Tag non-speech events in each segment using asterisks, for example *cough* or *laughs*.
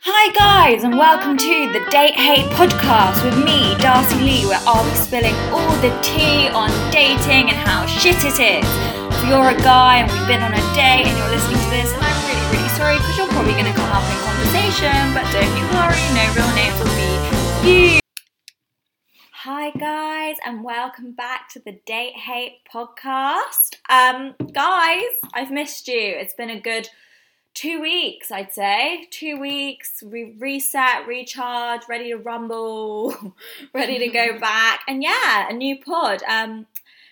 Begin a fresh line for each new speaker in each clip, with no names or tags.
Hi, guys, and welcome to the Date Hate podcast with me, Darcy Lee, where I'll be spilling all the tea on dating and how shit it is. If you're a guy and we've been on a date and you're listening to this, and I'm really, really sorry because you're probably going to come up in conversation, but don't you worry, no real names will be you. Hi, guys, and welcome back to the Date Hate podcast. Um, guys, I've missed you. It's been a good two weeks, I'd say. Two weeks, we reset, recharge, ready to rumble, *laughs* ready to go back. And yeah, a new pod. Um,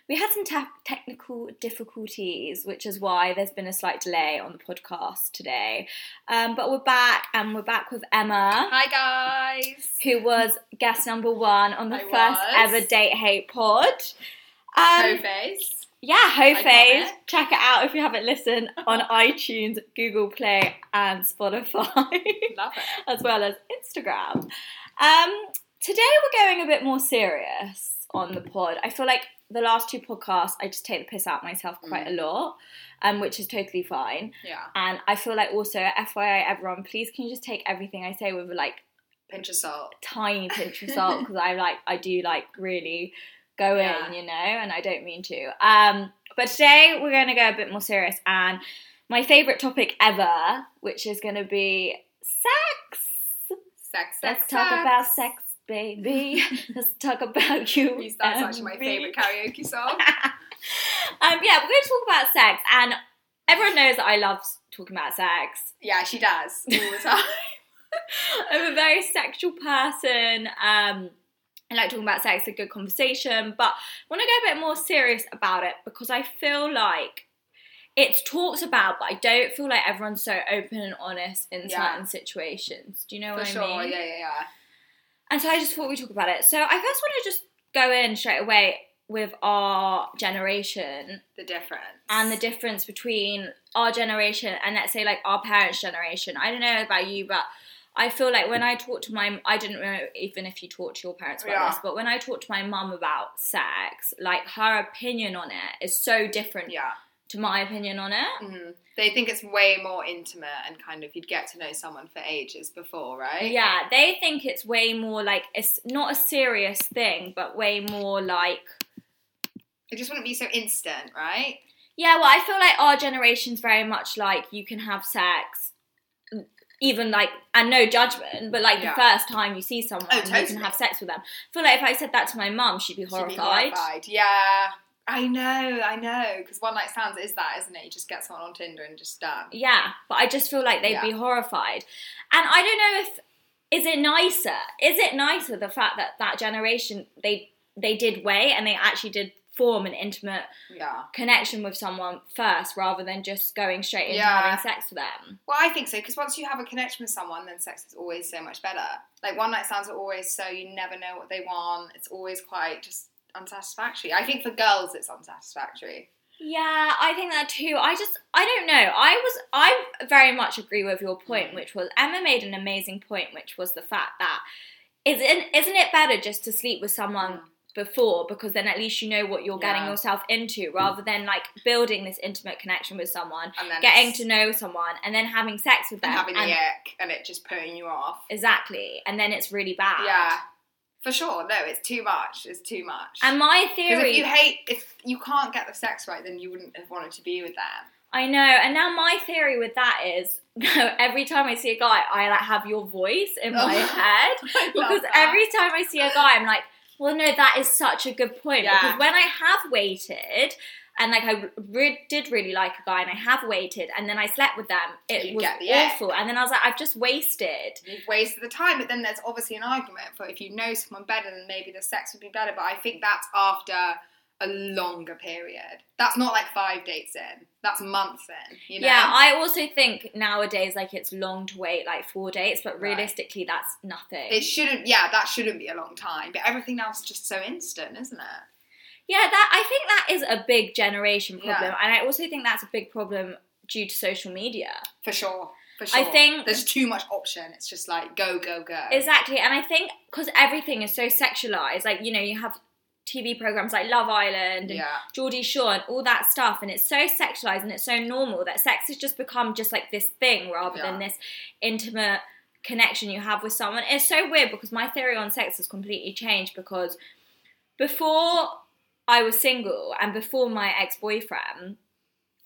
we had some tef- technical difficulties, which is why there's been a slight delay on the podcast today. Um, but we're back, and we're back with Emma,
Hi guys.
who was guest number one on the
I
first
was.
ever Date Hate pod.
Ho
Um,
face.
yeah, Hofaze.
Iconic.
Check it out if you haven't listened
*laughs*
on iTunes, Google Play, and Spotify, *laughs*
Love it.
as well as Instagram. Um, today we're going a bit more serious on the pod. I feel like the last two podcasts, I just take the piss out myself quite
Mm.
a lot, um, which is totally fine.
*laughs* Yeah.
And I feel like also, FYI, everyone, please can you just take everything I say with like
Pinch of salt.
tiny
*laughs*
pinch of salt because I like I do like really go
Yeah.
in, you know, and I don't mean to. Um, but today we're going to go a bit more serious and my favorite topic ever, which is going to be sex.
Sex.
Let's
sex,
talk
sex.
about sex,
*laughs*
baby. Let's talk about you.
Please, That's
and
actually my
me.
favorite
*laughs*
karaoke song.
Um, yeah, we're going to talk about sex, and everyone knows that I love talking about sex.
Yeah, she does all the time.
I'm a very sexual person. Um, I like talking about sex, a good conversation, but I want to go a bit more serious about it because I feel like it's talked about, but I don't feel like everyone's so open and honest in
Yeah.
certain situations. Do you know
For
what
sure.
I mean?
Yeah, yeah, yeah.
And so I just thought we'd talk about it. So I first want to just go in straight away with our generation
The difference.
and the difference between our generation and let's say like our parents' generation. I don't know about you, but I feel like when I talk to my, I didn't know even if you talk to your parents about
Yeah.
this, but when I talk to my mum about sex, like her opinion on it is so different
Yeah.
to my opinion on it.
Mhm. They think it's way more intimate and kind of you'd get to know someone for ages before, right?
Yeah, they think it's way more like it's not a serious thing, but way more like
It just wouldn't be so instant, right?
Yeah, well, I feel like our generation's very much like you can have sex, even like, and no judgment, but like
Yeah.
the first time you see someone,
Oh,
you can
totally.
have sex with them. I feel like if I said that to my mum, she'd be horrified.
She'd be horrified. Yeah. I know, I know. Because one night stands is that, isn't it? You just get someone on Tinder and just done.
Yeah, but I just feel like they'd be horrified. And I don't know if, is it nicer? Is it nicer the fact that that generation, they, they did wait and they actually did form an intimate
Yeah.
connection with someone first rather than just going straight into
Yeah.
having sex with them?
Well, I think so because once you have a connection with someone, then sex is always so much better. Like one night stands are always so you never know what they want. It's always quite just unsatisfactory. I think for girls, it's unsatisfactory.
Yeah, I think that too. I just, I don't know. I was, I very much agree with your point,
Mm.
which was Emma made an amazing point, which was the fact that isn't isn't it better just to sleep with someone before because then at least you know what you're getting
Yeah.
yourself into, rather than like building this intimate connection with someone,
and then
getting
it's-
to know someone, and then having sex with them.
and having
and-
the ick and it just putting you off.
exactly, and then it's really bad.
Yeah, for sure. No, it's too much. It's too much.
And my
'Cause
theory,
if you hate, if you can't get the sex right, then you wouldn't have wanted to be with them. *laughs*
I know. And now my theory with that is, *laughs* every time I see a guy, I like have your voice in
Oh. *laughs*
my head.
I love
because
that.
every time I see a guy, I'm like, well, no, that is such a good point.
Yeah.
Because when I have waited, and like I re- did really like a guy, and I have waited, and then I slept with them, it
You
was
get the ick.
awful. And then I was like, I've just wasted.
you've wasted the time. But then there's obviously an argument for if you know someone better, then maybe the sex would be better. But I think that's after a longer period. That's not like five dates in. That's months in. You know?
Yeah, I also think nowadays like it's long to wait like four dates, but
Right.
realistically that's nothing.
it shouldn't. Yeah, that shouldn't be a long time. But everything else is just so instant, isn't it?
Yeah, that I think that is a big generation
Yeah.
problem, and I also think that's a big problem due to social media.
For sure. For sure.
I think-
there's too much option. It's just like go, go, go.
Exactly, and I think because everything is so sexualized, like you know, you have TV programs like Love Island and
yeah.
Geordie Shore and all that stuff, and it's so sexualized and it's so normal that sex has just become just like this thing rather than
Yeah.
this intimate connection you have with someone. It's so weird because my theory on sex has completely changed because before I was single and before my ex boyfriend,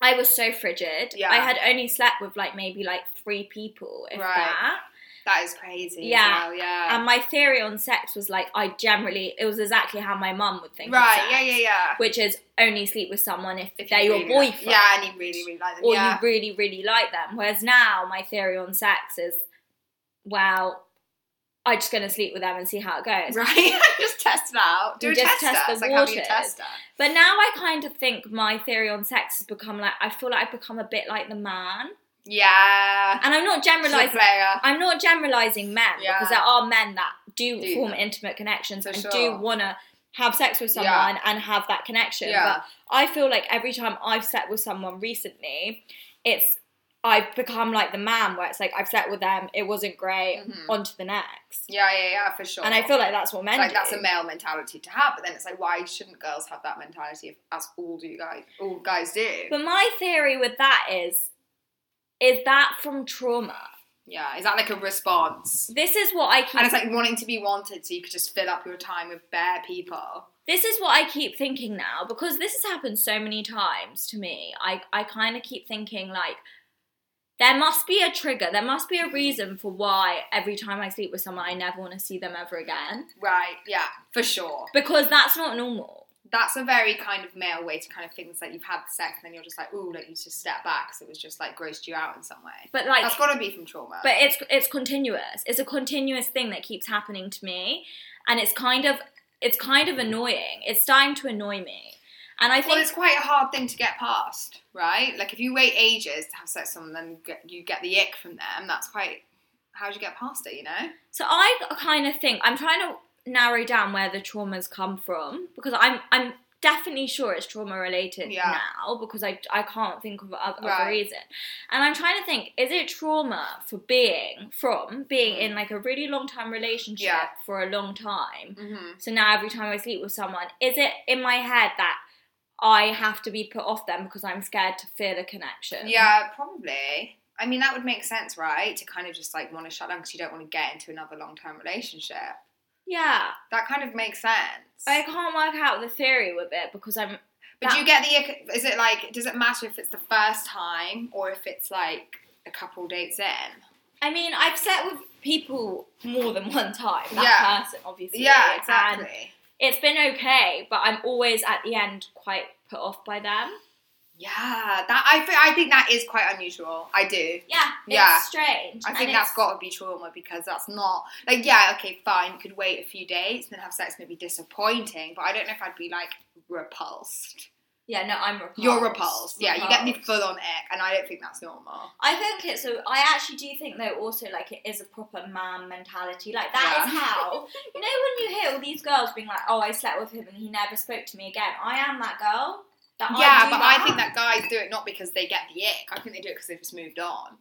I was so frigid.
Yeah.
I had only slept with like maybe like three people, if
Right.
that.
That is crazy.
Yeah.
Yeah. Well, yeah.
And my theory on sex was like I generally it was exactly how my mum would think. of
right.
sex,
Yeah. Yeah. Yeah.
Which is only sleep with someone if,
If you
they're your
really like-
boyfriend
yeah, and you really, really like them.
or
yeah.
you really, really like them. Whereas now, my theory on sex is, well, I'm just going to sleep with them and see how it goes.
*laughs* Right, just test it out. Do
You
a
just
test,
test
test.
the
It's like having a
waters.
tester.
But now I kind of think my theory on sex has become like, I feel like I've become a bit like the man.
Yeah,
And I'm not
She's a
generalizing.
player.
I'm not generalizing men
Yeah.
because there are men that do,
Do
form
that.
intimate connections
For
and
sure.
do want to have sex with someone
Yeah.
and have that connection.
Yeah.
But I feel like every time I've slept with someone recently, it's I've become like the man where it's like I've slept with them, it wasn't great,
Mhm.
on to the next.
Yeah, yeah, yeah, for sure.
And I feel like that's what men
It's like
do.
that's a male mentality to have, but then it's like, why shouldn't girls have that mentality if that's all do you guys, all guys do?
but my theory with that is, is that from trauma?
yeah, is that like a response?
This is what I keep.
And it's like wanting to be wanted, so you could just fill up your time with bare people.
this is what I keep thinking now because this has happened so many times to me. I, I kind of keep thinking, like, there must be a trigger, there must be a reason for why every time I sleep with someone, I never want to see them ever again
Right? Yeah, for sure.
because that's not normal.
That's a very kind of male way to kind of think it's like you've had sex, and then you're just like, ooh, like you just step back because it was just like grossed you out in some way.
But, like,
that's got to be from trauma.
but it's it's continuous. It's a continuous thing that keeps happening to me, and it's kind of it's kind of annoying. It's starting to annoy me, and I think
Well, it's quite a hard thing to get past, right? Like if you wait ages to have sex with someone, then you get, you get the ick from them. That's quite. How do you get past it? You know?
So I kind of think I'm trying to narrow down where the traumas come from because I'm I'm definitely sure it's trauma related
Yeah.
now because I I can't think of, of, of a
Right.
reason. And I'm trying to think is it trauma for being from being in like a really long time relationship
Mm. Yeah.
for a long time.
Mm-hmm.
So now every time I sleep with someone is it in my head that I have to be put off them because I'm scared to feel a connection.
Yeah, probably. I mean, that would make sense, right? To kind of just like want to shut down because you don't want to get into another long term relationship.
Yeah.
That kind of makes sense.
I can't work out the theory with it because I'm
but do you get the ick? Is it like, does it matter if it's the first time or if it's like a couple dates in?
I mean, I've slept with people more than one time. That
Yeah.
person, obviously.
Yeah,
And
exactly.
it's been okay, but I'm always at the end quite put off by them.
Yeah, that I, thi- I think that is quite unusual. I do.
Yeah, it's
Yeah.
strange.
I
and
think
it's-
that's got to be trauma because that's not like yeah okay fine you could wait a few dates and then have sex and it'd be disappointing but I don't know if I'd be like repulsed.
Yeah, no, I'm repulsed.
You're repulsed. Yeah, you get the
Repulsed.
full on ick and I don't think that's normal.
I think it's a. I actually do think though also like it is a proper man mentality. Like that is
Yeah.
how you know when you hear all these girls being like, "Oh, I slept with him and he never spoke to me again." I am that girl. That
yeah,
do
but I
that.
think that guys do it not because they get the ick. I think they do it because they've just moved on.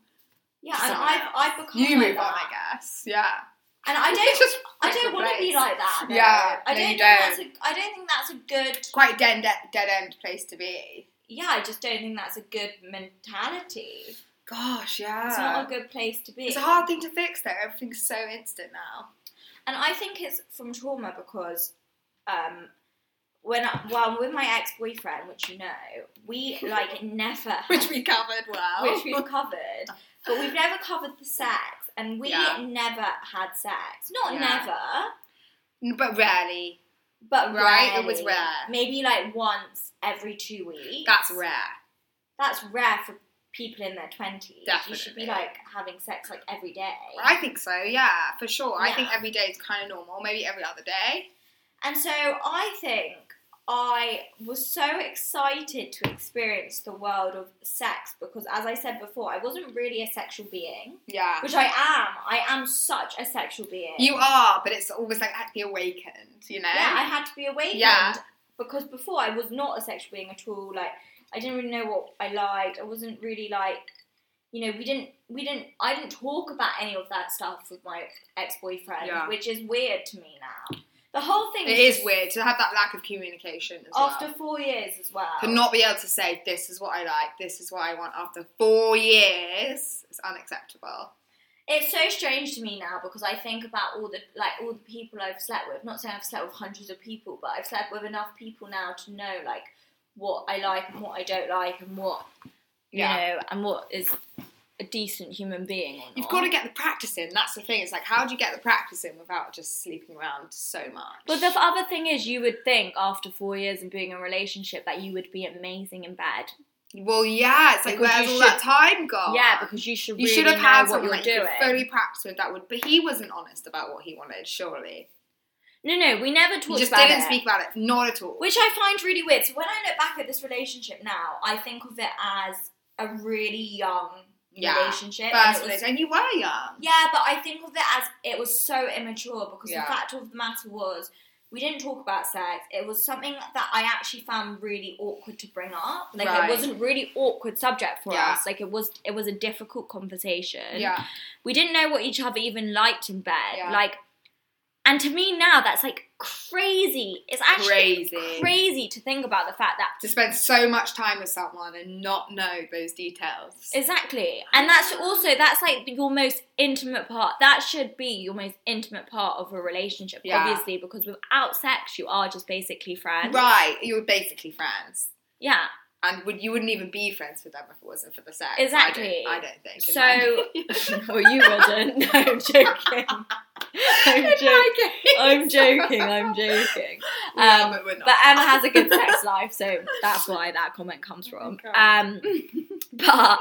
yeah, and
someone
I've
else.
I've become
You
like
move on,
that.
I guess. Yeah.
And
*laughs*
I don't
just
I don't want to be
place.
like that. though.
Yeah,
I
no,
don't.
you
think that's a, I don't think that's a good.
quite a dead dead end place to be.
Yeah, I just don't think that's a good mentality.
Gosh, yeah.
It's not a good place to be.
Ah. It's a hard thing to fix though. Everything's so instant now.
and I think it's from trauma because, um, when I, well with my ex boyfriend, which you know, we
*laughs*
like never had-
Which we covered well.
which
*laughs*
we've covered, but we've never covered the sex, and we
Yeah.
never had sex. Not
Yeah.
never.
N- But rarely.
But
Right, it
rarely.
was rare.
Maybe like once every two weeks.
That's rare.
that's rare for people in their 20s. You should be
Definitely.
like having sex like every day.
I think so, yeah, for sure. I think
Yeah.
every day is kind of normal, maybe every other day.
And so I think I was so excited to experience the world of sex because, as I said before, I wasn't really a sexual being,
Yeah.
which I am. I am such a sexual being.
You are, but it's always like at the awakened, you know?
Yeah, I had to be awakened
Yeah.
because before I was not a sexual being at all. Like I didn't really know what I liked. I wasn't really like, you know, we didn't, we didn't, I didn't talk about any of that stuff with my ex boyfriend,
Yeah.
which is weird to me now. The whole thing
it
was
is weird to have that lack of communication as
after
well.
four years as well.
To not be able to say, this is what I like, this is what I want after four years, it's unacceptable.
It's so strange to me now because I think about all the like all the people I've slept with. Not saying I've slept with hundreds of people, but I've slept with enough people now to know like what I like and what I don't like and what
Yeah.
you know and what is a decent human being. Or
You've
not.
got to get the practice in. That's the thing. It's like, how do you get the practice in without just sleeping around so much?
But the other thing is, you would think after four years of being in a relationship that you would be amazing in bed.
well, yeah, it's like,
Because
where's
you
all
should-
that time gone?
Yeah, because you should.
Oh. you
Really
should have had
know what
someone
you're
that you
doing.
could fully practice with that would. But he wasn't honest about what he wanted. Surely
No, no, we never
he
talked
just
about
didn't
it.
speak about it. Not at all.
Which I find really weird. So when I look back at this relationship now, I think of it as a really young
Yeah.
relationship. and
first
it was-
place, and you were young.
yeah, but I think of it as it was so immature because
Yeah.
the fact of the matter was we didn't talk about sex. It was something that I actually found really awkward to bring up. Like
Right.
it was not really awkward subject for
Yeah.
us. Like it was it was a difficult conversation.
Yeah,
We didn't know what each other even liked in bed.
Yeah.
Like and to me now that's like crazy. It's actually
Crazy.
crazy to think about the fact that
to spend so much time with someone and not know those details.
Exactly. And that's also that's like your most intimate part. That should be your most intimate part of a relationship,
Yeah.
obviously, because without sex you are just basically friends.
right, you were basically friends,
Yeah.
and would you wouldn't even be friends with them if it wasn't for the sex.
Exactly.
I don't, I don't think. in
So
my-
*laughs* well you wouldn't. *laughs* No, I'm joking. *laughs* I'm,
in
jo-
my case.
I'm
*laughs*
joking, I'm joking.
We are,
Um,
but we're not.
But Emma has a
*laughs*
good sex life, so that's why that comment comes from.
Okay.
Um, *laughs* but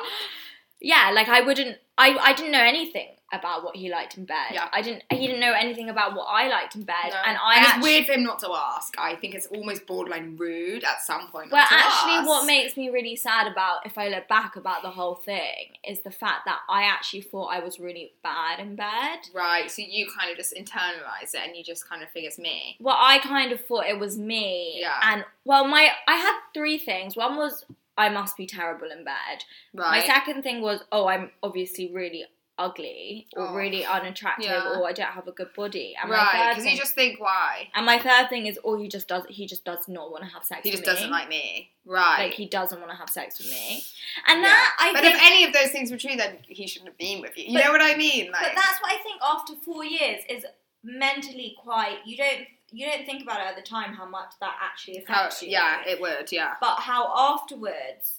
yeah, like I wouldn't, I, I didn't know anything about what he liked in bed.
Yeah.
I didn't, he didn't know anything about what I liked in bed,
No.
and I
and
actually,
it's weird for him not to ask. I think it's almost borderline rude at some point.
well,
not to
actually,
ask.
what makes me really sad about if I look back about the whole thing is the fact that I actually thought I was really bad in bed.
right? So you kind of just internalize it, and you just kind of think it's me.
well, I kind of thought it was me.
Yeah.
And well, my I had three things. One was I must be terrible in bed.
Right?
My second thing was oh, I'm obviously really ugly or
Oh.
really unattractive
Yeah.
or I don't have a good body. And my
right?
third
Because
thing,
you just think why
and my third thing is oh, he just does he just does not want to have sex.
he
with
just
me.
doesn't like me, right?
like he doesn't want to have sex with me. And
Yeah.
that I
but
think
if any of those things were true, then he shouldn't have been with you. You
But-
know what I mean? Like,
But that's what I think after four years is mentally quite you don't you don't think about it at the time how much that actually
how,
affects you.
yeah, it would. Yeah,
but how afterwards,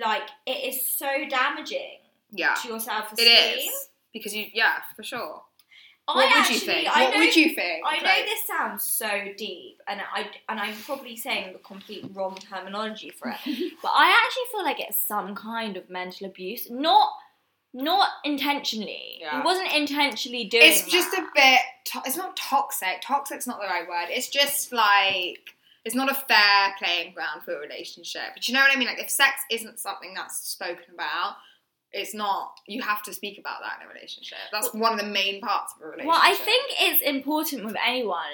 like it is so damaging
yeah,
to your self
it
esteem.
is because you. Yeah, for sure.
I
what would
actually,
you think?
I
what
know,
would you think?
I know
Like,
this sounds so deep, and I and I'm probably saying the complete wrong terminology for it,
*laughs*
but I actually feel like it's some kind of mental abuse, not not intentionally.
Yeah.
He wasn't intentionally doing.
It's just
that.
a bit. To- it's not toxic. Toxic's not the right word. It's just like it's not a fair playing ground for a relationship. But you know what I mean? Like if sex isn't something that's spoken about. It's not. You have to speak about that in a relationship. That's one of the main parts of a relationship.
Well, I think it's important with anyone,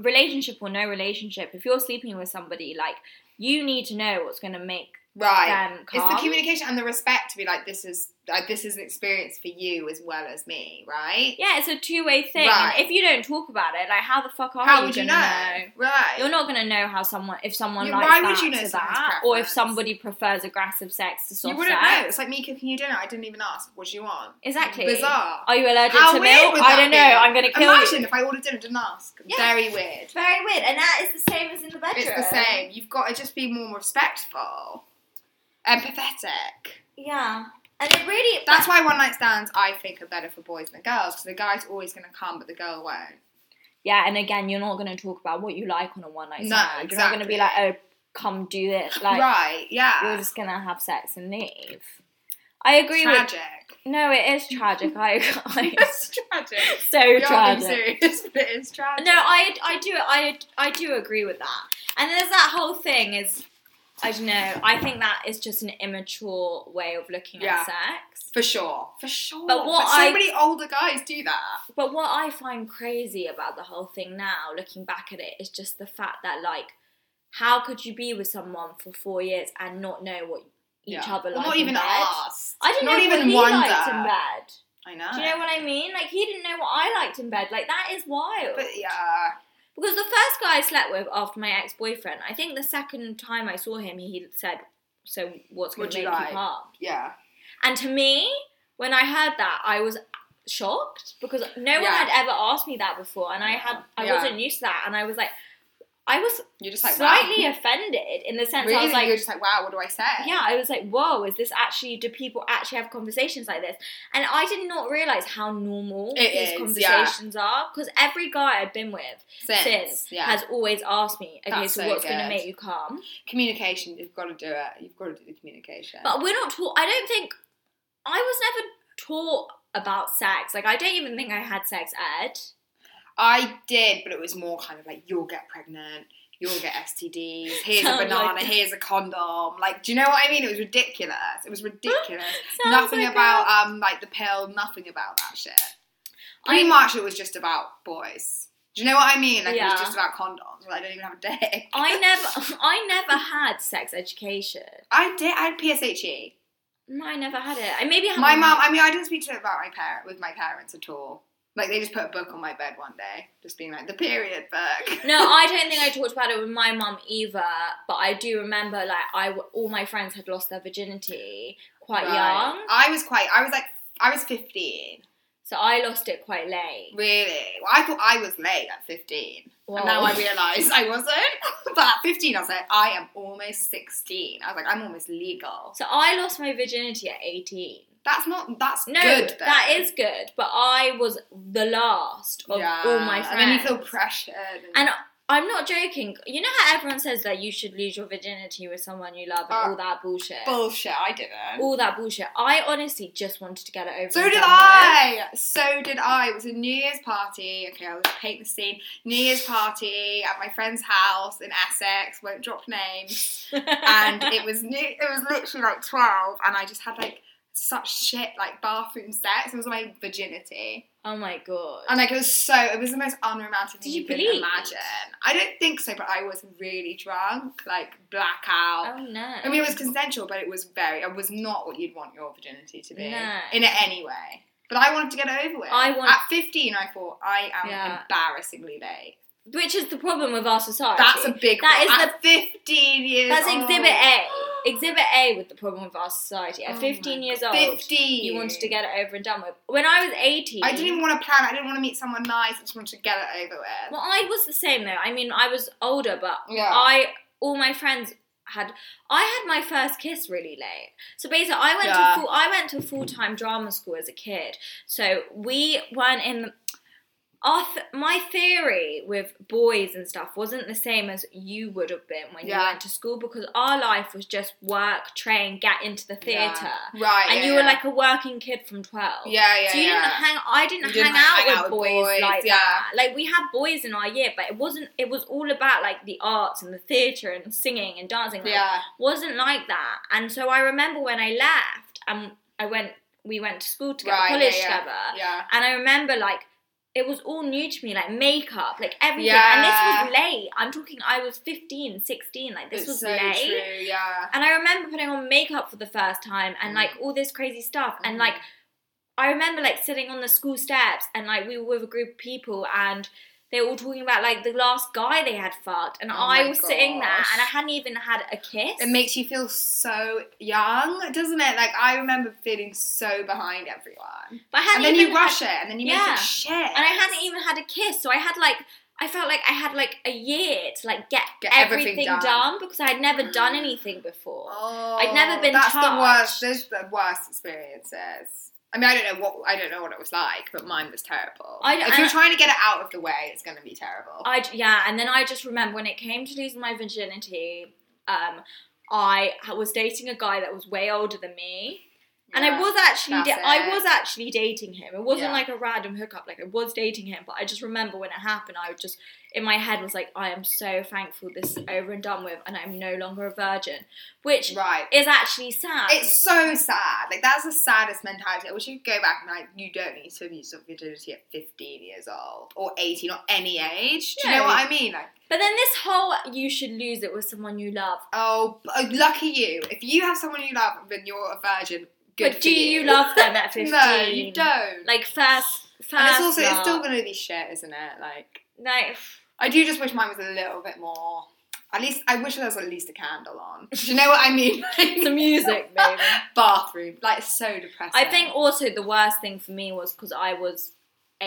relationship or no relationship, if you're sleeping with somebody, like you need to know what's going to make
right.
them calm.
It's the communication and the respect to be like, this is like, this is an experience for you as well as me, right?
Yeah, it's a two way thing.
Right.
And if you don't talk about it, like how the fuck are
How
you
would you know?
gonna know?
Right.
You're not gonna know how someone if someone
Yeah,
likes
why
that
would you know
to
someone's
that, or if
preference?
somebody prefers aggressive sex to
You
soft
wouldn't
sex.
know. It's like me cooking you dinner. I didn't even ask. What do you want?
Exactly.
Bizarre.
Are you allergic
How
to
weird
milk?
would
I
that
don't know.
be?
I'm gonna kill
Imagine
you.
if I ordered dinner, didn't ask.
Yeah.
Very weird.
Very weird, and that is the same as in the bedroom.
It's the same. You've got to just be more respectful, empathetic.
Yeah, and it really
That's why one night stands, I think, are better for boys than girls because the guy's always going to come, but the girl won't.
Yeah, and again, you're not going to talk about what you like on a one night
No,
stand. You're not going to be like, oh, come do this. Like,
right?
you're
Yeah.
just going to have sex and leave. I agree with.
Tragic.
*laughs* No, it is tragic. I *laughs* agree.
it's *laughs* tragic.
so
We are being
tragic.
serious, *laughs* but it is tragic.
No, I, I do I I do agree with that. And there's that whole thing is I don't know. I think that is just an immature way of looking
Yeah.
at sex.
For sure. For sure.
But what
so
I-
many older guys do that.
But what I find crazy about the whole thing now, looking back at it, is just the fact that like, how could you be with someone for four years and not know what each
Yeah.
other
Or
liked?
Not
in
even
bed?
asked.
I didn't
Not
know
even
what he
wonder. Uh.
liked in bed.
I know.
Do you know what I mean? Like he didn't know what I liked in bed. Like that is wild.
But yeah.
Because the first guy I slept with after my ex boyfriend, I think the second time I saw him, he said, "So what's going
What'd
to
you
make
like?"
you hard?"
Yeah.
And to me, when I heard that, I was shocked because no one
Yeah.
had ever asked me that before, and I had I
Yeah.
wasn't used to that, and I was like, I was
You're just like
slightly
wow.
offended in the sense I
Really,
was like,
you're just like wow. What do I say?
yeah, I was like, whoa, is this actually, do people actually have conversations like this? And I did not realize how normal
It
these
is,
conversations are because every guy I've been with
Since,
since,
yeah.
has always asked me, okay,
That's
so,
so
what's going
good.
to make you calm?
communication. You've got to do it. You've got to do the communication.
But we're not taught, I don't think, I was never taught about sex. Like, I don't even think I had sex ed.
I did, but it was more kind of like you'll get pregnant, you'll get STDs.
*laughs*
Here's a
Sounds like
banana.
that.
here's a condom. Like, do you know what I mean? It was ridiculous. It
*laughs*
was ridiculous.
Sounds
nothing
like
about
a-
um like the pill. Nothing about that shit.
I-
Pretty much, it was just about boys. Do you know what I mean? Like it
Yeah.
was just about condoms. Like, I don't even have a dick.
I never, *laughs* I never had sex education.
I did. I had PSHE.
No, I never had it. I maybe had
My mum. I mean, I didn't speak to her about my parent with my parents at all. Like they just put a book on my bed one day, just being like the period book.
*laughs* No, I don't think I talked about it with my mum either. But I do remember, like, I w- all my friends had lost their virginity quite
Right.
young,
I was quite. I was like. I was 15.
so I lost it quite late.
Really? Well, I thought I was late at 15.
Well,
And now I realise I wasn't. *laughs* but at 15, I was like, I am almost 16. I was like, I'm almost legal.
*laughs* so I lost my virginity at eighteen.
That's not, that's
No,
good. Though.
that is good, but I was the last of all my friends.
And then you feel pressured. And,
And I'm not joking. You know how everyone says that you should lose your virginity with someone you love and
Uh,
all that bullshit.
bullshit, I didn't.
all that bullshit. I honestly just wanted to get it over.
So
and
did
done with.
I. So did I. It was a New Year's party. Okay, I'll just paint the scene. New Year's party at my friend's house in Essex. Won't drop names.
*laughs*
And it was new. It was literally like twelve, and I just had like such shit like bathroom sex. It was my virginity,
oh my god.
and like it was so. It was the most unromantic thing
Did you
you could
bleed?
imagine. I don't think so, but I was really drunk, like blackout.
oh no.
I mean, it was consensual, but it was very. It was not what you'd want your virginity to be
No.
in any way. But I wanted to get it over with.
I want-
At 15, I thought I am
Yeah.
embarrassingly late.
Which is the problem with our society.
That's a big.
That
one.
is
At 15 years.
That's
old.
exhibit A. Exhibit A with the problem with our society. At
Oh
15
my
years
God.
old,
15.
you wanted to get it over and done with. When I was 18,
I didn't even want to plan. it. I didn't want to meet someone nice. I just wanted to get it over with.
Well, I was the same though. I mean, I was older, but
yeah.
I all my friends had I had my first kiss really late. So basically I went
Yeah.
to full I went to full time drama school as a kid. So we weren't in the our th- my theory with boys and stuff wasn't the same as you would have been when you
Yeah.
went to school because our life was just work, train, get into the
Yeah.
theatre.
Right.
And
yeah,
you were
yeah.
like a working kid from twelve.
Yeah, yeah.
So you
yeah.
didn't hang. I didn't,
You didn't
hang, out,
hang
with,
out with
boys,
boys,
like
yeah.
that. Like we had boys in our year, but it wasn't. It was all about like the arts and the theatre and singing and dancing. Like,
yeah.
wasn't like that. And so I remember when I left, and I went. We went to school together,
Right,
college
yeah, yeah.
together,
Yeah.
and I remember like. It was all new to me, like makeup, like everything.
Yeah.
And this was late. I'm talking, I was 15, 16, like this
It's
was
so
late.
True. Yeah.
And I remember putting on makeup for the first time and
Mm.
like all this crazy stuff. And
Mhm.
like, I remember like sitting on the school steps and like we were with a group of people and they were all talking about like the last guy they had fucked. And
Oh
I
my
was sitting there
gosh.
and I hadn't even had a kiss.
It makes you feel so young, doesn't it? Like I remember feeling so behind everyone,
but I hadn't
and then
even
you
had-
rush it, and then you make
Yeah.
it shit.
and I hadn't even had a kiss. So I had like, I felt like I had like a year to like get,
Get everything
everything,
done.
done. because I had never
*gasps*
done anything before.
Oh,
I'd never been
That's the
touched.
worst. Those are the worst experiences. I mean, I don't know what I don't know what it was like, but mine was terrible.
I-
if
and-
you're trying to get it out of the way, it's going to be terrible.
I d- yeah, and then I just remember when it came to losing my virginity, um, I ha- was dating a guy that was way older than me, and I
Yeah.
was actually
that's
da- I
it.
was actually dating him. It wasn't
Yeah.
like a random hookup. Like I was dating him, but I just remember when it happened, I was just in my head was like, I am so thankful this is over and done with, and I'm no longer a virgin, which
right.
is actually sad.
It's so sad. Like that's the saddest mentality. I wish you could go back and like you don't need to abuse your virginity at 15 years old or 18 or any age. Do you know
No.
what I mean? Like
but then this whole you should lose it with someone you love.
oh, b- oh, lucky you. If you have someone you love and you're a virgin, good.
but
for
do you. love them at fifteen?
*laughs* No, you don't.
Like first, first.
and it's also it's
love.
still going to be shit, isn't it? Like
like.
I do just wish mine was a little bit more At least I wish there was at least a candle on. *laughs* Do you know what I mean?
the *laughs* music, baby.
*laughs* Bathroom, like it's so depressing.
I think also the worst thing for me was because I was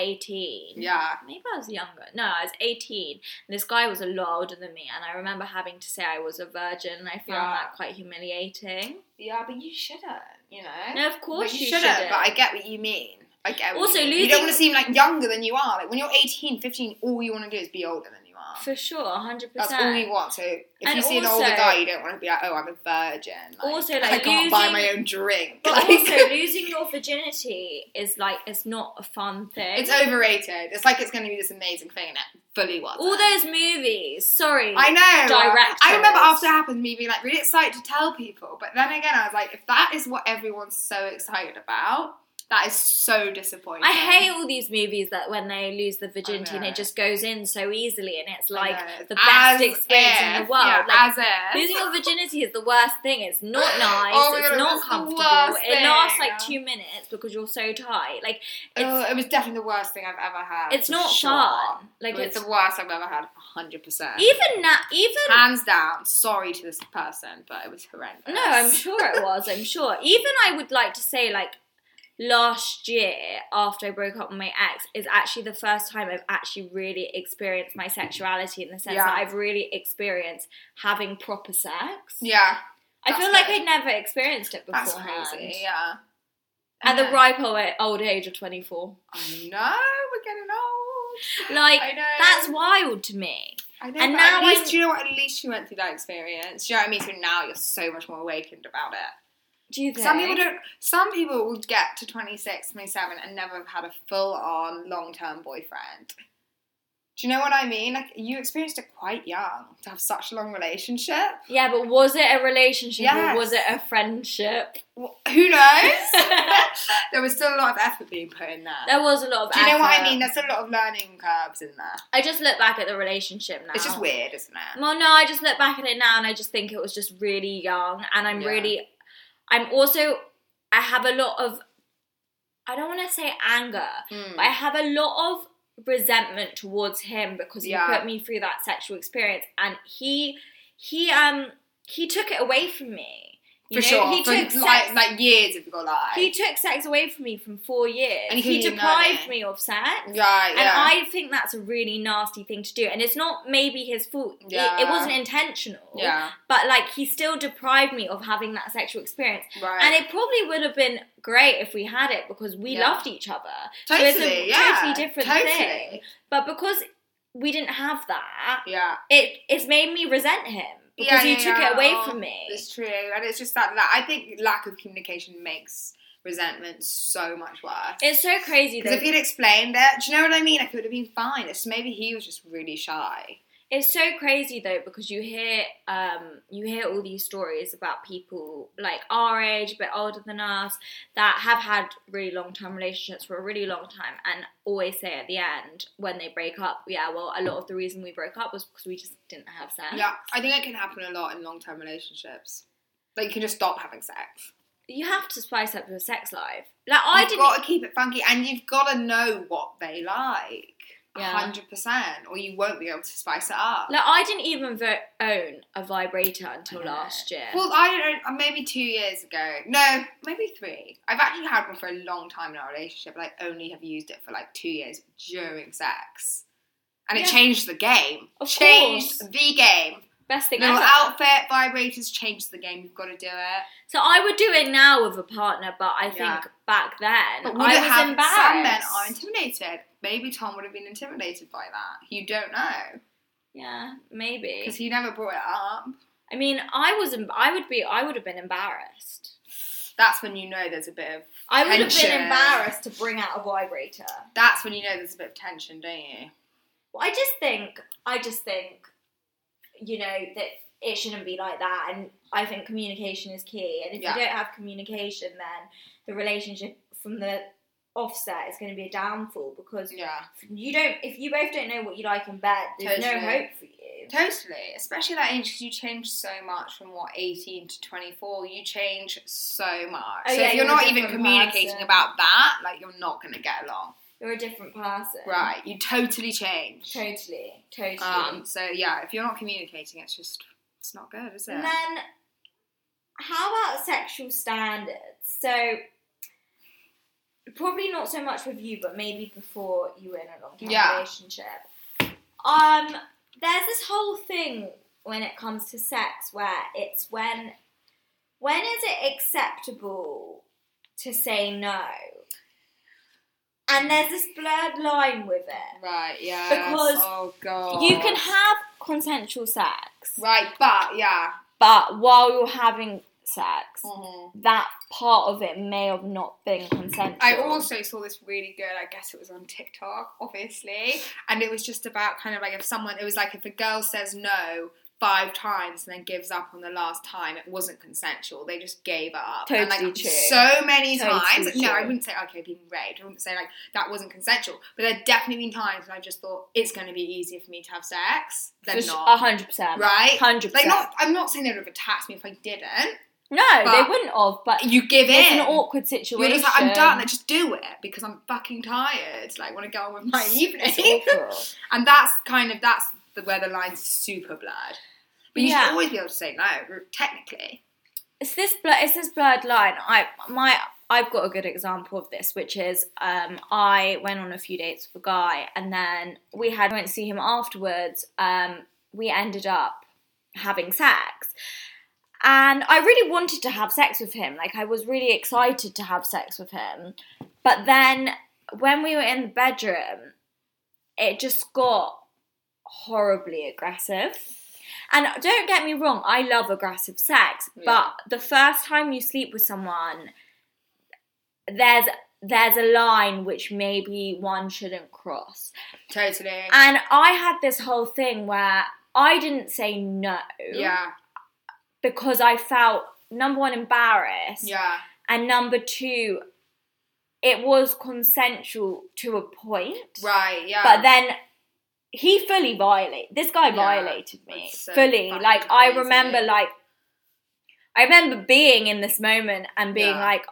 18.
Yeah.
Maybe I was younger. No, I was 18. And this guy was a lot older than me, and I remember having to say I was a virgin, and I found
Yeah.
that quite humiliating.
Yeah, but you shouldn't. You know.
No, of course
But
you,
shouldn't,
shouldn't.
But I get what you mean. I get what
Also,
you mean. You
losing-
don't want to seem like younger than you are. Like when you're 18, 15, all you want to do is be older than you are.
For sure, 100%.
That's all you want. So if
And
you see an
also-
older guy, you don't want to be like, oh, I'm a virgin. Like,
Also, like,
I can't buy
losing-
my own drink.
But
Like, *laughs*
also, losing your virginity is like, it's not a fun thing.
it's overrated. It's like it's going to be this amazing thing, and it fully was.
all those movies, sorry.
I know.
directors.
I remember after it happened, me being like really excited to tell people. But then again, I was like, if that is what everyone's so excited about, that is so disappointing.
I hate all these movies that when they lose the virginity and
know.
it just goes in so easily and it's
I
like
know.
the best
As
experience in
if,
the world.
yeah,
like,
as if.
Losing your virginity is the worst thing. It's not nice.
*gasps* Oh my
it's
God,
not
it's the
comfortable.
worst
It lasts
thing.
like two minutes because you're so tight. Like it's
Oh, it was definitely the worst thing I've ever had.
it's
for
not
sure.
fun. Like
It was
it's
the worst I've ever had, hundred percent.
even now. Even
Hands down. Sorry to this person, but it was horrendous.
no, I'm sure it was. I'm sure. Even I would like to say like last year after I broke up with my ex is actually the first time I've actually really experienced my sexuality in the sense
Yeah.
that I've really experienced having proper sex.
Yeah,
I feel
that's
like
good.
I'd never experienced it
that's
beforehand.
crazy. Yeah.
At the
Yeah.
ripe old- old age of 24.
I know we're getting old.
Like,
I know.
that's wild to me.
I know,
and
but
now
at least
I'm-
do you know what? At least you went through that experience. Do you know what I mean? So now you're so much more awakened about it.
Do you think?
Some people don't. Some people will get to 26, 27 and never have had a full-on long-term boyfriend. Do you know what I mean? Like you experienced it quite young to have such a long relationship.
Yeah, but was it a relationship
Yes.
or was it a
*laughs*
friendship?
Well, who knows?
*laughs* there
there was still a lot of effort being put in there.
was a lot of
Do you know what I
effort.
mean? There's a lot of learning curves in there.
I just look back at the relationship now.
It's just weird, isn't it?
Well, no, I just look back at it now and I just think it was just really young. And I'm
Yeah.
really, I'm also, I have a lot of, I don't want to say anger,
Mm.
I have a lot of resentment towards him because he
Yeah.
put me through that sexual experience and he he um he took it away from me.
For sure.
He
For
took
like,
sex,
like years of your life.
he took sex away from me from four years.
And
And
he
he,
couldn't even learn
deprived
it.
me of sex.
right,
And
yeah.
I think that's a really nasty thing to do. And it's not maybe his fault. It- It,
Yeah.
wasn't intentional.
yeah,
But like he still deprived me of having that sexual experience.
right.
And it probably would have been great if we had it because we
Yeah.
loved each other.
totally,
so it's a
yeah,
totally different
totally.
thing. But because we didn't have that,
Yeah,
it it's made me resent him because
Yeah,
he
yeah,
took
yeah.
it away
Oh,
from me.
it's true, and it's just that, that I think lack of communication makes resentment so much worse.
It's so crazy though.
Because if he'd explained it, do you know what I mean? Like it would have been fine. It's maybe he was just really shy.
It's so crazy though because you hear um you hear all these stories about people like our age, a bit older than us, that have had really long term relationships for a really long time and always say at the end when they break up, yeah, well a lot of the reason we broke up was because we just didn't have sex.
Yeah, I think it can happen a lot in long-term relationships. Like you can just stop having sex.
You have to spice up your sex life. Like I
you've
didn't
got to keep it funky, and you've got to know what they like,
Yeah.
hundred percent, or you won't be able to spice it up.
Like I didn't even vo- own a vibrator until
I know.
last year.
Well, I don't know, maybe two years ago. No, maybe three. I've actually had one for a long time in our relationship, but I only have used it for like two years during sex. And it
Yeah.
changed the game.
Of
changed
course.
the game.
Best thing
Little
ever.
outfit, vibrators changed the game. You've got to do it.
So I would do it now with a partner, but I think
Yeah.
back then
But would
I
it
was
have
embarrassed.
some men are intimidated? Maybe Tom would have been intimidated by that. You don't know.
yeah,
Because
maybe.
he never brought it up.
I mean, I was. em- I would be. I would have been embarrassed.
That's when you know there's a bit of
I would have
Tension.
been embarrassed to bring out a vibrator.
that's when you know there's a bit of tension, don't you?
Well, I just think. I just think. You know that it shouldn't be like that, and I think communication is key. And if
Yeah.
you don't have communication, then the relationship from the offset is going to be a downfall because
Yeah.
you don't if you both don't know what you like in bed there's no
Totally.
hope for you
Totally, especially that age because you change so much from what eighteen to twenty four. You change so much.
Oh,
so
yeah,
if
you're
you're
a
not even
different
communicating
person.
about that, like you're not going to get along.
You're a different person.
Right, you totally change.
Totally. Totally.
Um, so yeah, if you're not communicating, it's just it's not good, is it?
And then, how about sexual standards? So, probably not so much with you, but maybe before you were in a long term
Yeah.
relationship. Um, there's this whole thing when it comes to sex where it's when when is it acceptable to say no? And there's this blurred line with it.
Right, yeah.
Because
oh god,
You can have consensual sex.
right, but yeah,
but while you're having sex,
Mhm.
that part of it may have not been consensual.
I also saw this really good. I guess it was on TikTok, obviously, and it was just about kind of like if someone, it was like if a girl says no five times and then gives up on the last time, it wasn't consensual. They just gave up. and like
Totally true.
so many
Totally
times. No, I
true.
wouldn't say okay, being raped. I wouldn't say like that wasn't consensual. But there definitely been times when I just thought it's going to be easier for me to have sex than not.
hundred percent,
Right?
Hundred
Like
percent.
not, I'm not saying they would have attacked me if I didn't.
No,
but-
they wouldn't have. But
You give in.
it's an awkward situation.
You're just like, I'm done. I just do it because I'm fucking tired. Like, want to go on with my evening.
It's *laughs* awful.
and that's kind of that's the where the line's super blurred. But you
Yeah.
should always be able to say no, technically.
it's this blur, it's this blurred line. I my I've got a good example of this, which is um, I went on a few dates with a guy, and then we had went to see him afterwards. Um, we ended up having sex, and I really wanted to have sex with him. Like I was really excited to have sex with him, but then when we were in the bedroom, it just got horribly aggressive. And don't get me wrong, I love aggressive sex,
Yeah.
but the first time you sleep with someone, there's there's a line which maybe one shouldn't cross.
Totally.
And I had this whole thing where I didn't say no
yeah.
because I felt number one embarrassed
Yeah.
and number two it was consensual to a point.
Right. Yeah.
But then he fully violated. This guy
Um, Yeah,
violated me
that's so
fully.
fucking
Like I
crazy.
remember, like I remember being in this moment and being
Yeah.
like,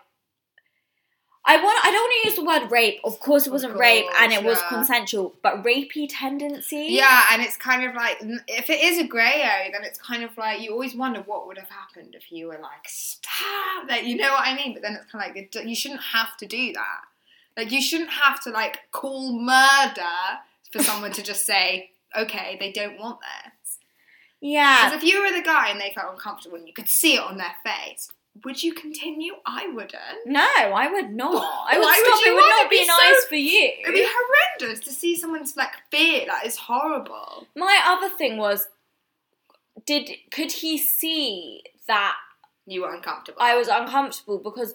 I want. I don't want to use the word rape. Of course, it
Of
wasn't rape, and it
course,
was
yeah.
consensual, but rapey tendency.
yeah, and it's kind of like if it is a grey area, then it's kind of like you always wonder what would have happened if you were like stop, like you know what I mean. But then it's kind of like you shouldn't have to do that. Like you shouldn't have to like call murder for someone to just say okay, they don't want this. Because
yeah.
if you were the guy and they felt uncomfortable and you could see it on their face, would you continue? I wouldn't.
No, I would
*gasps*
not. I would
Why would
stop.
you
it would
want
not
to
be,
be so-
nice for you.
It'd be horrendous to see someone's like fear. That is horrible.
My other thing was, did could he see that
You were uncomfortable.
I was uncomfortable because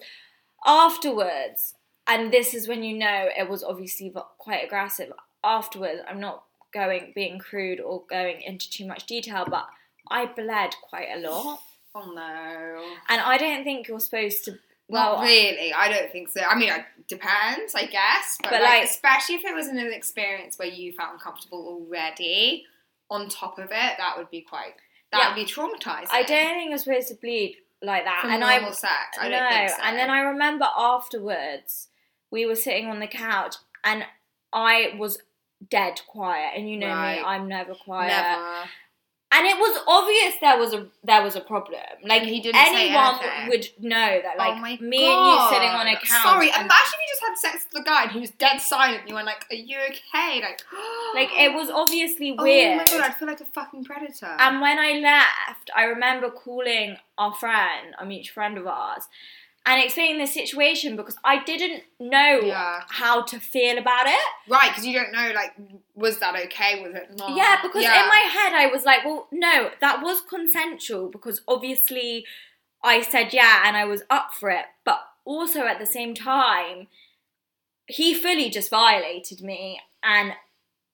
afterwards, and this is when you know it was obviously v- quite aggressive. Afterwards, I'm not going being crude or going into too much detail, but I bled quite a lot,
Oh no.
and I don't think you're supposed to.
Well,
Well,
really, I don't think so. I mean, it depends, I guess. But,
But,
like,
like-
especially if it was an experience where you felt uncomfortable already, on top of it, that would be quite. That
Yeah.
would be traumatizing.
I don't think you're supposed to bleed like that,
From
and
normal
I
sex, I
no.
don't think so.
And then I remember afterwards, we were sitting on the couch, and I was dead quiet, and you know
Right.
me, I'm never quiet.
never.
and it was obvious there was a there was a problem. Like
And he didn't say
anyone
anything.
would know that. Like
oh my
me
God.
and you sitting on a couch.
Sorry,
and-
imagine you just had sex with a guy and he was dead silent. And you were like, "Are you okay?" Like, *gasps*
like it was obviously
Oh
weird. Um,
my god, I'd feel like a fucking predator.
and when I left, I remember calling our friend, a mutual friend of ours, and explaining the situation because I didn't know
Yeah.
how to feel about it.
right, because you don't know. Like, was that okay? Was it not?
Yeah, because
Yeah.
in my head I was like, well, no, that was consensual because obviously I said yeah and I was up for it, but also at the same time, he fully just violated me, and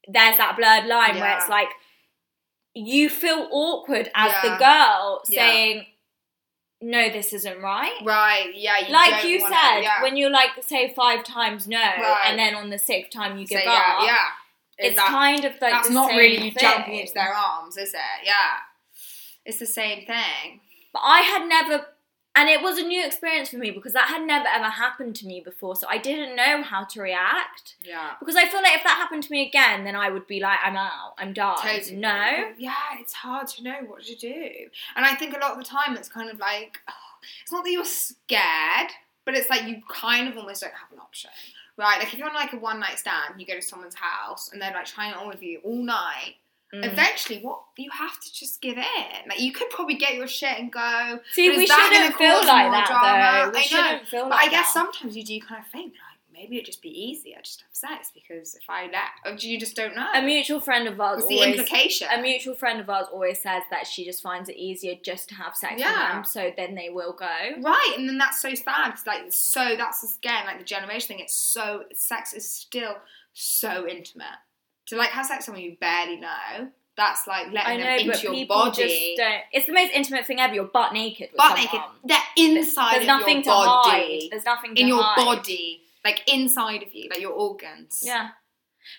there's that blurred line where
Yeah.
it's like you feel awkward as
Yeah.
the girl
Yeah.
saying, no, this isn't right.
Right, yeah. You
Like
don't
you
wanna-
said,
yeah.
when you like say five times no,
Right.
and then on the sixth time you
So,
give
yeah,
up,
yeah.
it's
That-
kind of like
that's
the
not
same
really you
thing.
jumping into their arms, is it? Yeah, it's the same thing.
But I had never and it was a new experience for me because that had never ever happened to me before. So I didn't know how to react.
Yeah.
Because I feel like if that happened to me again, then I would be like, I'm out, I'm done.
Totally.
Oh, No.
Yeah, it's hard to know what to do. And I think a lot of the time it's kind of like, it's not that you're scared, but it's like you kind of almost don't have an option. Right? Like if you're on like a one night stand, you go to someone's house and they're like trying it on with you all night,
Mm.
eventually what you have to just give in. Like you could probably get your shit and go.
See,
But
we
is that
shouldn't
gonna
feel
cause
like
more
that
drama?
though.
I
We
know,
shouldn't feel
But
like
I guess
that.
sometimes you do kind of think like maybe it'd just be easier just to have sex because if I let, or you just don't know.
a mutual friend of ours
It's the
always
implication.
a mutual friend of ours always says that she just finds it easier just to have sex
Yeah.
with them, so then they will go.
Right, and then that's so sad because, like, it's so that's just, again like the generation thing. It's so sex is still so intimate. To like have sex with someone you barely know, that's like
I
letting
know,
them
but
into your
people
body,
just don't. It's the most intimate thing ever. You're butt naked. With
butt naked.
someone.
They're inside
There's
of
nothing
your
to hide.
body,
There's nothing to
in your
hide.
body, like inside of you, like your organs.
Yeah.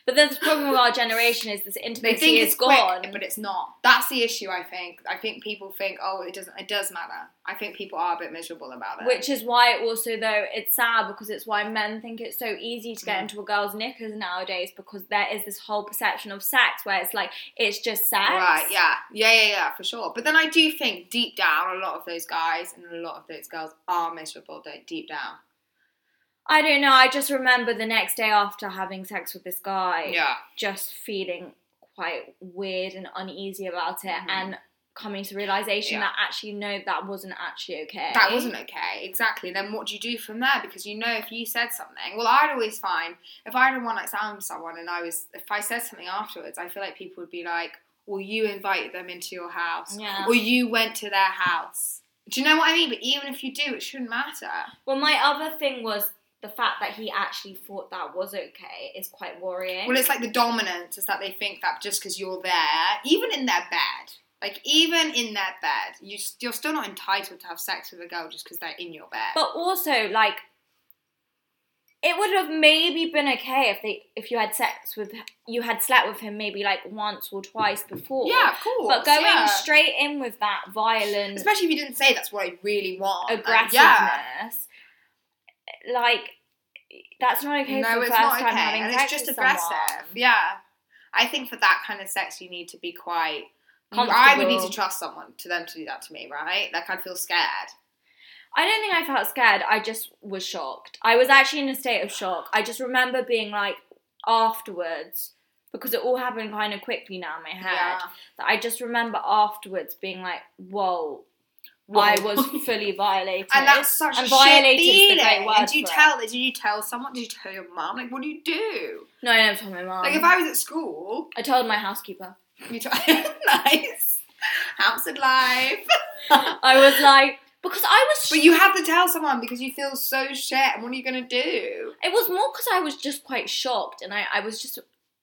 But the problem with our generation is this
They
intimacy
think
is
it's
gone.
quick, but it's not. That's the issue. I think. I think people think, oh, it doesn't. It does matter. I think people are a bit miserable about it.
Which is why also though it's sad because it's why men think it's so easy to get
Mm.
into a girl's knickers nowadays because there is this whole perception of sex where it's like it's just sex.
Right, yeah. Yeah, yeah, yeah, for sure. But then I do think deep down, a lot of those guys and a lot of those girls are miserable though, deep down.
I don't know, I just remember the next day after having sex with this guy
Yeah.
just feeling quite weird and uneasy about it
Mhm.
and coming to the realization
Yeah.
that actually no that wasn't actually okay.
That wasn't okay, exactly. Then what do you do from there? Because you know, if you said something, well, I'd always find if I had a one night stand with someone and I was, if I said something afterwards, I feel like people would be like, well, you invited them into your house,
Yeah.
or you went to their house. Do you know what I mean? But even if you do, it shouldn't matter.
Well, my other thing was the fact that he actually thought that was okay is quite worrying.
Well, it's like the dominance is that they think that just because you're there, even in their bed, like even in their bed, you, s- you're still not entitled to have sex with a girl just because they're in your bed.
but also like it would have maybe been okay if they if you had sex with you had slept with him maybe like once or twice before.
yeah, of course.
But going
yeah.
straight in with that violent
especially if you didn't say that's what I really want. Like,
Mm. aggressiveness,
yeah.
like that's not okay. for
No,
the
it's
first
not
time
okay,
having
and
sex
it's just
with
aggressive.
someone.
Yeah, I think for that kind of sex, you need to be quite. you- I would
Comfortable.
need to trust someone to them to do that to me, right? Like I'd feel scared.
I don't think I felt scared. I just was shocked. I was actually in a state of shock. I just remember being like afterwards because it all happened kind of quickly now in my head.
Yeah.
That I just remember afterwards being like, "Whoa, I
Whoa.
was
*laughs*
fully violated."
Oh. And that's such
and
a shit
violated is the
feeling.
great
and
word
do you
for it.
tell? Did you tell someone? Did you tell your mum? Like, what do you do?
no, I never told my mom.
like, if I was at school,
I told my housekeeper.
you try *laughs* nice house and life.
I was like, because I was.
But you have to tell someone because you feel so shit. And what are you gonna do?
It was more because I was just quite shocked, and I, I was just,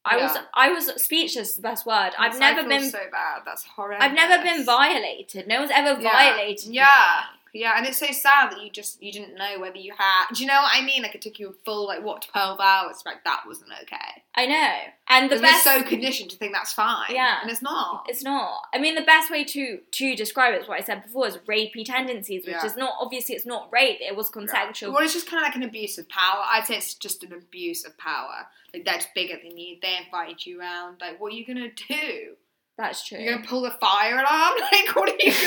I was,
Yeah.
I was speechless. Is the best word. I've
It's- I
never
feel
been,
so bad. That's horrible.
I've never been violated. No one's ever
Yeah.
violated. me.
Yeah. Yeah, and it's so sad that you just you didn't know whether you had. Do you know what I mean? Like it took you a full like what twelve hours. Like that wasn't okay.
I know. And the
Because
best
we're so conditioned to think that's fine.
Yeah.
and it's not.
it's not. I mean the best way to to describe it is what I said before is rapey tendencies, which
Yeah.
is not obviously it's not rape, it was consensual.
Well, it's just kind of like an abuse of power. I'd say it's just an abuse of power. Like that's bigger than you. They invited you around. Like, what are you gonna do?
That's true.
You're gonna pull the fire alarm? *laughs* Like, what are you
Call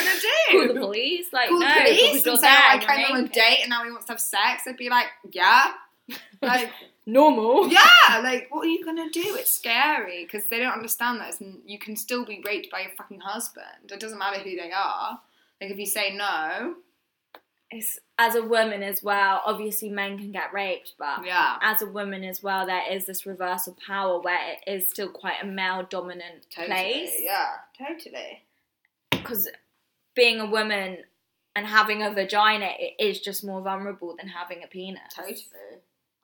gonna
the
do?
police, like
Call the
no,
police
because you're
and say,
there,
oh, I
you're
came on a
naked."
date and now he wants to have sex. I'd be like,
*laughs*
yeah. Like,
Normal.
yeah. Like, what are you gonna do? It's scary because they don't understand that it's, n- you can still be raped by your fucking husband. It doesn't matter who they are. Like, if you say no,
It's, as a woman as well, obviously men can get raped, but
yeah,
as a woman as well, there is this reverse of power where it is still quite a male dominant
totally,
place.
yeah, totally.
because being a woman and having a vagina it is just more vulnerable than having a penis.
Totally.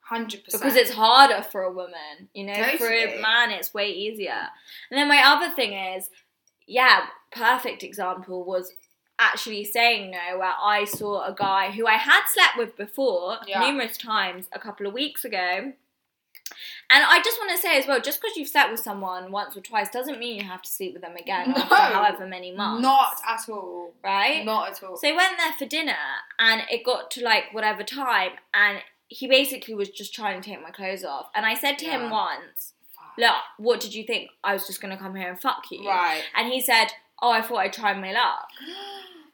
Hundred percent.
Because it's harder for a woman, you know, for a
Totally.
man it's way easier. And then my other thing is, yeah, perfect example was actually saying no where I saw a guy who I had slept with before
Yeah.
numerous times a couple of weeks ago And I just want to say as well, just because you've slept with someone once or twice doesn't mean you have to sleep with them again
*laughs* No.
after however many months.
Not at all.
right.
Not at all.
So they went there for dinner, and it got to like whatever time, and he basically was just trying to take my clothes off. And I said to him
Yeah.
once,
Fuck.
"Look, what did you think? I was just gonna come here and fuck you."
Right.
And he said, "Oh, I thought I'd try my luck."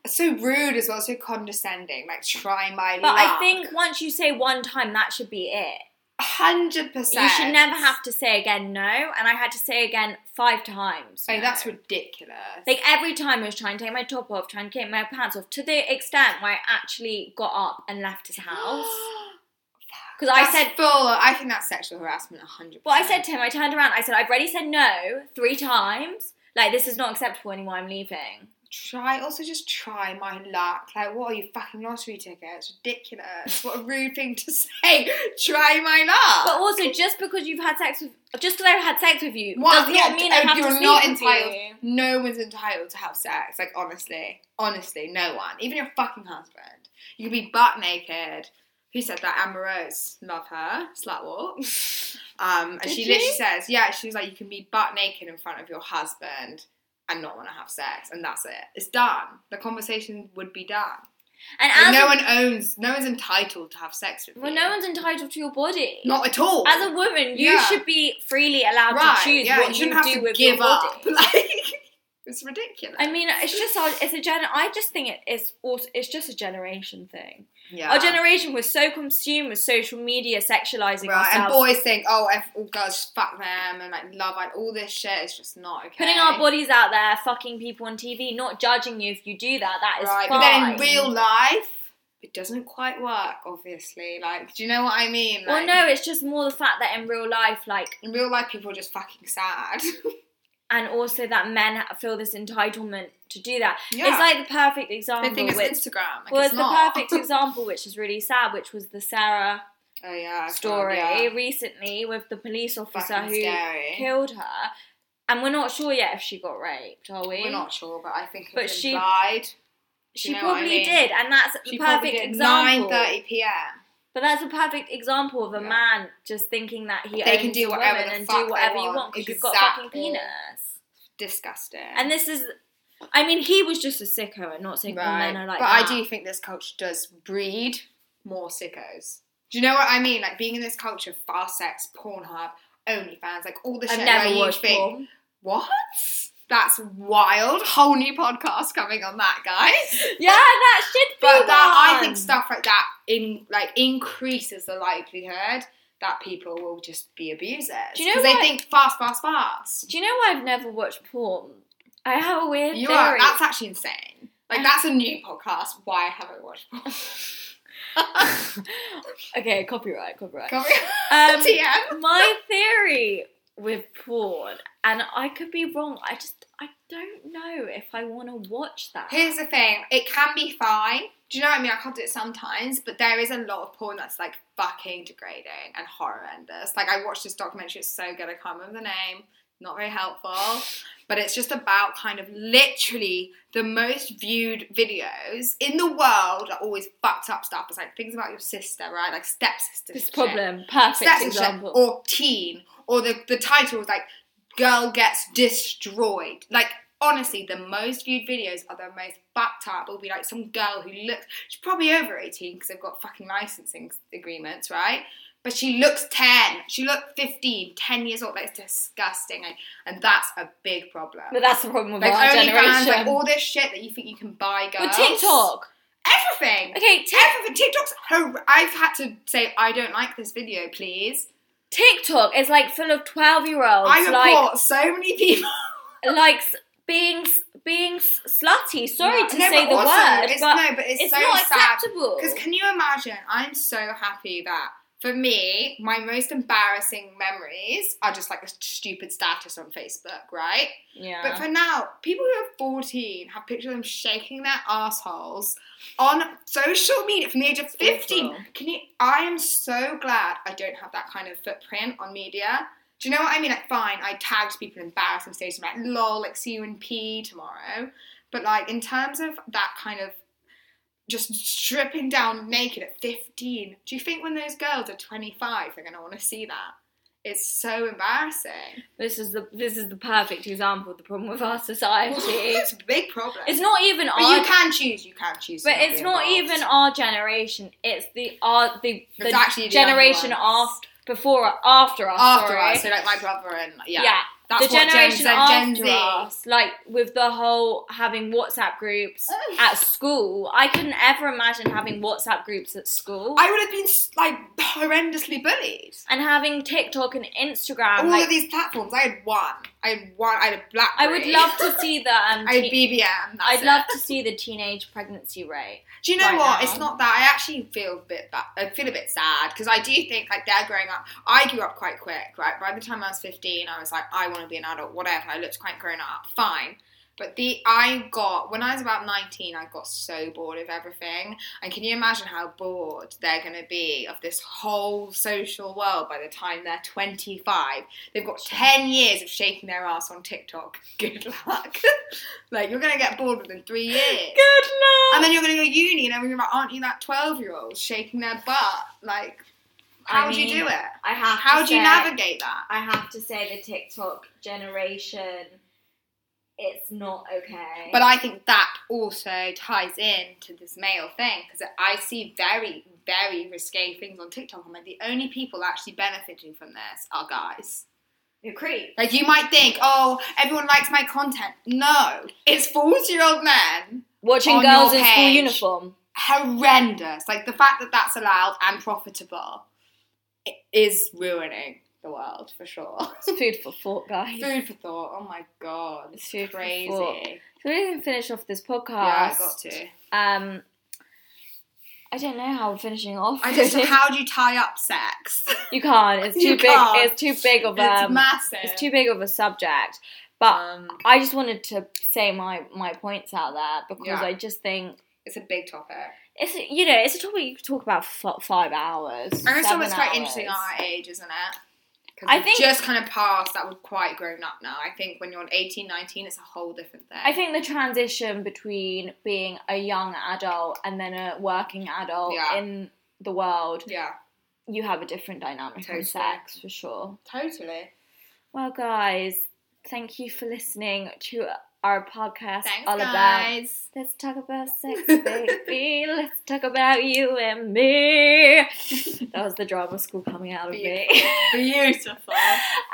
So rude as well, so condescending. Like, try my
But I think once you say one time, that should be it.
100%.
You should never have to say again no. And I had to say again five times.
Like,
no.
that's ridiculous.
Like every time I was trying to take my top off, trying to take my pants off, to the extent where I actually got up and left his
*gasps*
house. Because I
That's
said,
full. I think that's sexual harassment, hundred.
Well, I said to him, I turned around, I said, I've already said no three times. Like, this is not acceptable anymore, I'm leaving.
try. Also, just try my luck. Like, what are you fucking lottery tickets? Ridiculous. what a rude thing to *laughs* say. try my
But
luck.
also, just because you've had sex with, just because I've had sex with you,
What?
does not
Yeah,
mean I have
you're
to sleep
not
with
entitled.
you.
no one's entitled to have sex. Like, honestly, honestly, no one. Even your fucking husband. You could be butt naked. Who said that? Amber Rose. Love her.
*laughs*
Slut walk. Um, and
Did
she
she?
literally says, yeah, she was like, you can be butt naked in front of your husband and not want to have sex, and that's it. It's done. The conversation would be done.
And
Like,
as
no
a-
one owns. No one's entitled to have sex with
well,
you.
no one's entitled to your body.
Not at all.
as a woman, you
Yeah.
should be freely allowed
right?
to choose
yeah,
what
you
you,
shouldn't have
do
to
with
give
your body.
up. *laughs* Like, it's ridiculous.
I mean, it's just our, it's a gen. I just think it, it's also it's just a generation thing.
yeah.
Our generation was so consumed with social media, sexualizing
Right,
ourselves,
and boys think, oh, F all girls fuck them and like love and all this shit. It's just not okay.
Putting our bodies out there, fucking people on TV, not judging you if you do that, that is
right,
fine.
but then in real life, it doesn't quite work. Obviously, like, do you know what I mean?
Well,
Like,
no, it's just more the fact that in real life, like,
in real life, people are just fucking sad. *laughs*
and also that men feel this entitlement to do that.
yeah,
It's like the perfect example.
they think it's
which,
Instagram. Like,
well,
it's
it's
not. *laughs*
the perfect example, which is really sad, which was the Sarah
oh yeah,
story
God, yeah.
recently with the police officer
Fucking
who
scary.
killed her, and we're not sure yet if she got raped, are we?
We're not sure, but I think it
But
was
she-
implied.
She
You know what I
probably
mean?
did, and that's the
She probably
perfect
did
example.
9:30 p.m.
But that's a perfect example of a
Yeah.
man just thinking that he
They
owns
can do
a
whatever
woman
the
and
fuck
do
they
whatever you
want.
want because you've got a fucking
Exactly.
penis.
Disgusting.
And this is, I mean, he was just a sicko, and not saying all
Right.
men are like "Ah."
but
that.
I do think this culture does breed more sickos. Do you know what I mean? Like being in this culture of fast sex, Pornhub, OnlyFans, like all the shit
I've
where
never
you
watched
think,
porn.
what? That's wild. Whole new podcast coming on that,
*laughs*
guys.
Yeah, that should be.
But that I
one.
think stuff like that in like increases the likelihood that people will just be abusers.
Do you know
'Cause
what?
they think fast, fast, fast.
Do you know why I've never watched porn? I have a weird
You
theory.
are. That's *laughs* actually insane. Like that's a new podcast. Why I haven't watched porn?
*laughs*
*laughs*
okay, copyright, copyright. *laughs*
Can *laughs* we-
Um,
TM.
my theory with porn, and I could be wrong. I just I don't know if I want to watch that.
Here's the thing, it can be fine. Do you know what I mean? I can't do it sometimes, but there is a lot of porn that's like fucking degrading and horrendous. Like I watched this documentary, it's so good, I can't remember the name, not very helpful. But it's just about kind of literally the most viewed videos in the world are always fucked up stuff. It's like things about your sister, right? Like stepsister.
This
shit.
problem, perfect
Stepsister
example.
or teen. Or the, the title was like Girl Gets Destroyed. Like honestly, the most viewed videos are the most fucked up. It'll be like some girl who looks she's probably over 18 because they've got fucking licensing agreements, right? But she looks 10. She looked 15, 10 years old. Like, it's disgusting. Like, and that's a big problem.
but that's the problem with
like,
our
OnlyFans,
generation.
like, all this shit that you think you can buy,
With
girls.
TikTok.
Everything.
Okay, t-
Everything. TikTok's hor- I've had to say, I don't like this video, please.
TikTok is like full of twelve-year-olds,
I
like
report so many people.
like s- being s- being s- slutty. *laughs* Sorry to
No,
say
but
the
also,
word,
it's,
but
no, but it's,
it's
so
not
sad.
acceptable.
Because can you imagine? I'm so happy that for me, my most embarrassing memories are just like a stupid status on Facebook, right?
yeah,
But for now, people who are 14 have pictures of them shaking their assholes on social media from the age of 15.
awful.
Can you? I am so glad I don't have that kind of footprint on media. Do you know what I mean? Like, fine, I tagged people in embarrassing stages, like, lol, like, see you in P tomorrow. But, like, in terms of that kind of just stripping down naked at 15, do you think when those girls are 25, they're going to want to see that? It's so embarrassing.
This is the this is the perfect example of the problem with our
*laughs*
society.
it's a big problem.
it's not even
but
our
you can choose. You can choose. to
But it's
be
not
involved.
even our generation. It's the our the, the
It's actually the younger
generation
ones.
after before after us.
after
sorry.
us. So like my brother and yeah,
yeah.
that's
the
what
generation
Gen Z,
after
Gen Z.
us, like with the whole having WhatsApp groups at school, I couldn't ever imagine having WhatsApp groups at school
I would have been like horrendously bullied.
and having TikTok and Instagram.
All
like,
of these platforms, I had one. I had one. I had a BlackBerry.
I would love to see the.
*laughs*
Um,
I had
teen-
BBM. That's
I'd
it.
love to see the teenage pregnancy rate.
Do you know
right
what?
now.
It's not that. I actually feel a bit. That, I feel a bit sad because I do think like they're growing up. I grew up quite quick, right? By the time I was fifteen, I was like, I want to be an adult. Whatever. I looked quite grown up. Fine. But the I got when I was about nineteen, I got so bored of everything. And can you imagine how bored they're going to be of this whole social world by the time they're twenty-five? They've got ten years of shaking their ass on TikTok. *laughs* Good luck. like you're going to get bored within three years.
Good luck.
And then you're gonna go uni, and everyone's like, "Aren't you that twelve-year-old shaking their butt?" Like, how
I
do you do
mean,
it?
I have.
How
to
do you
say-
navigate that?
I have to say the TikTok generation, it's not okay.
But I think that also ties in to this male thing because I see very, very risque things on TikTok. I'm like, the only people actually benefiting from this are guys.
you're creep.
Like, you might think, "Oh, everyone likes my content." No, it's forty-year-old men.
Watching
On
girls
your
in school
page.
uniform.
Horrendous. Like the fact that that's allowed and profitable i- is ruining the world for sure.
It's food for thought, guys.
*laughs* Food for thought. Oh my god, it's
Food for
crazy.
thought. So we can finish off this podcast.
Yeah, I got to.
Um, I don't know how we're finishing off.
*laughs* I just how do you tie up sex?
you can't. It's too
You
big.
can't.
It's too big of
*laughs* it's
um.
massive.
It's too big of a subject. But
Um,
I just wanted to say my my points out there because
Yeah.
I just think
it's a big topic.
it's you know it's a topic you could talk about for f- five hours.
I know
seven
someone's quite
hours.
interesting at our age, isn't it? 'Cause
I
we've
think-
just kind of past that. We're quite grown up now. I think when you're 18, 19, it's a whole different thing.
I think the transition between being a young adult and then a working adult
Yeah.
in the world,
Yeah,
you have a different dynamic
Totally.
on sex for sure.
totally.
Well, guys, thank you for listening to our podcast.
Thanks,
all about
guys.
let's talk
*laughs*
about sex, baby. let's talk about you and me. *laughs* that was the drama school coming out of me.
Beautiful. Beautiful.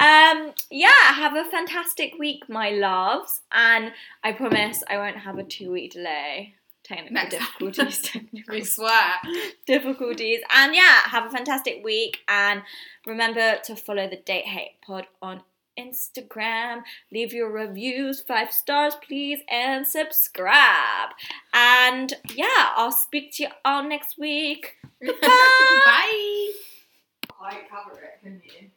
Um, yeah, have a fantastic week, my loves, and I promise I won't have a two-week delay. Technical
Next time.
difficulties,
*laughs*
technical
we swear.
difficulties, and yeah, have a fantastic week, and remember to follow the Date Hate Pod on Instagram. Leave your reviews, five stars, please, and subscribe. And yeah, I'll speak to you all next week.
Bye. I cover it, can you?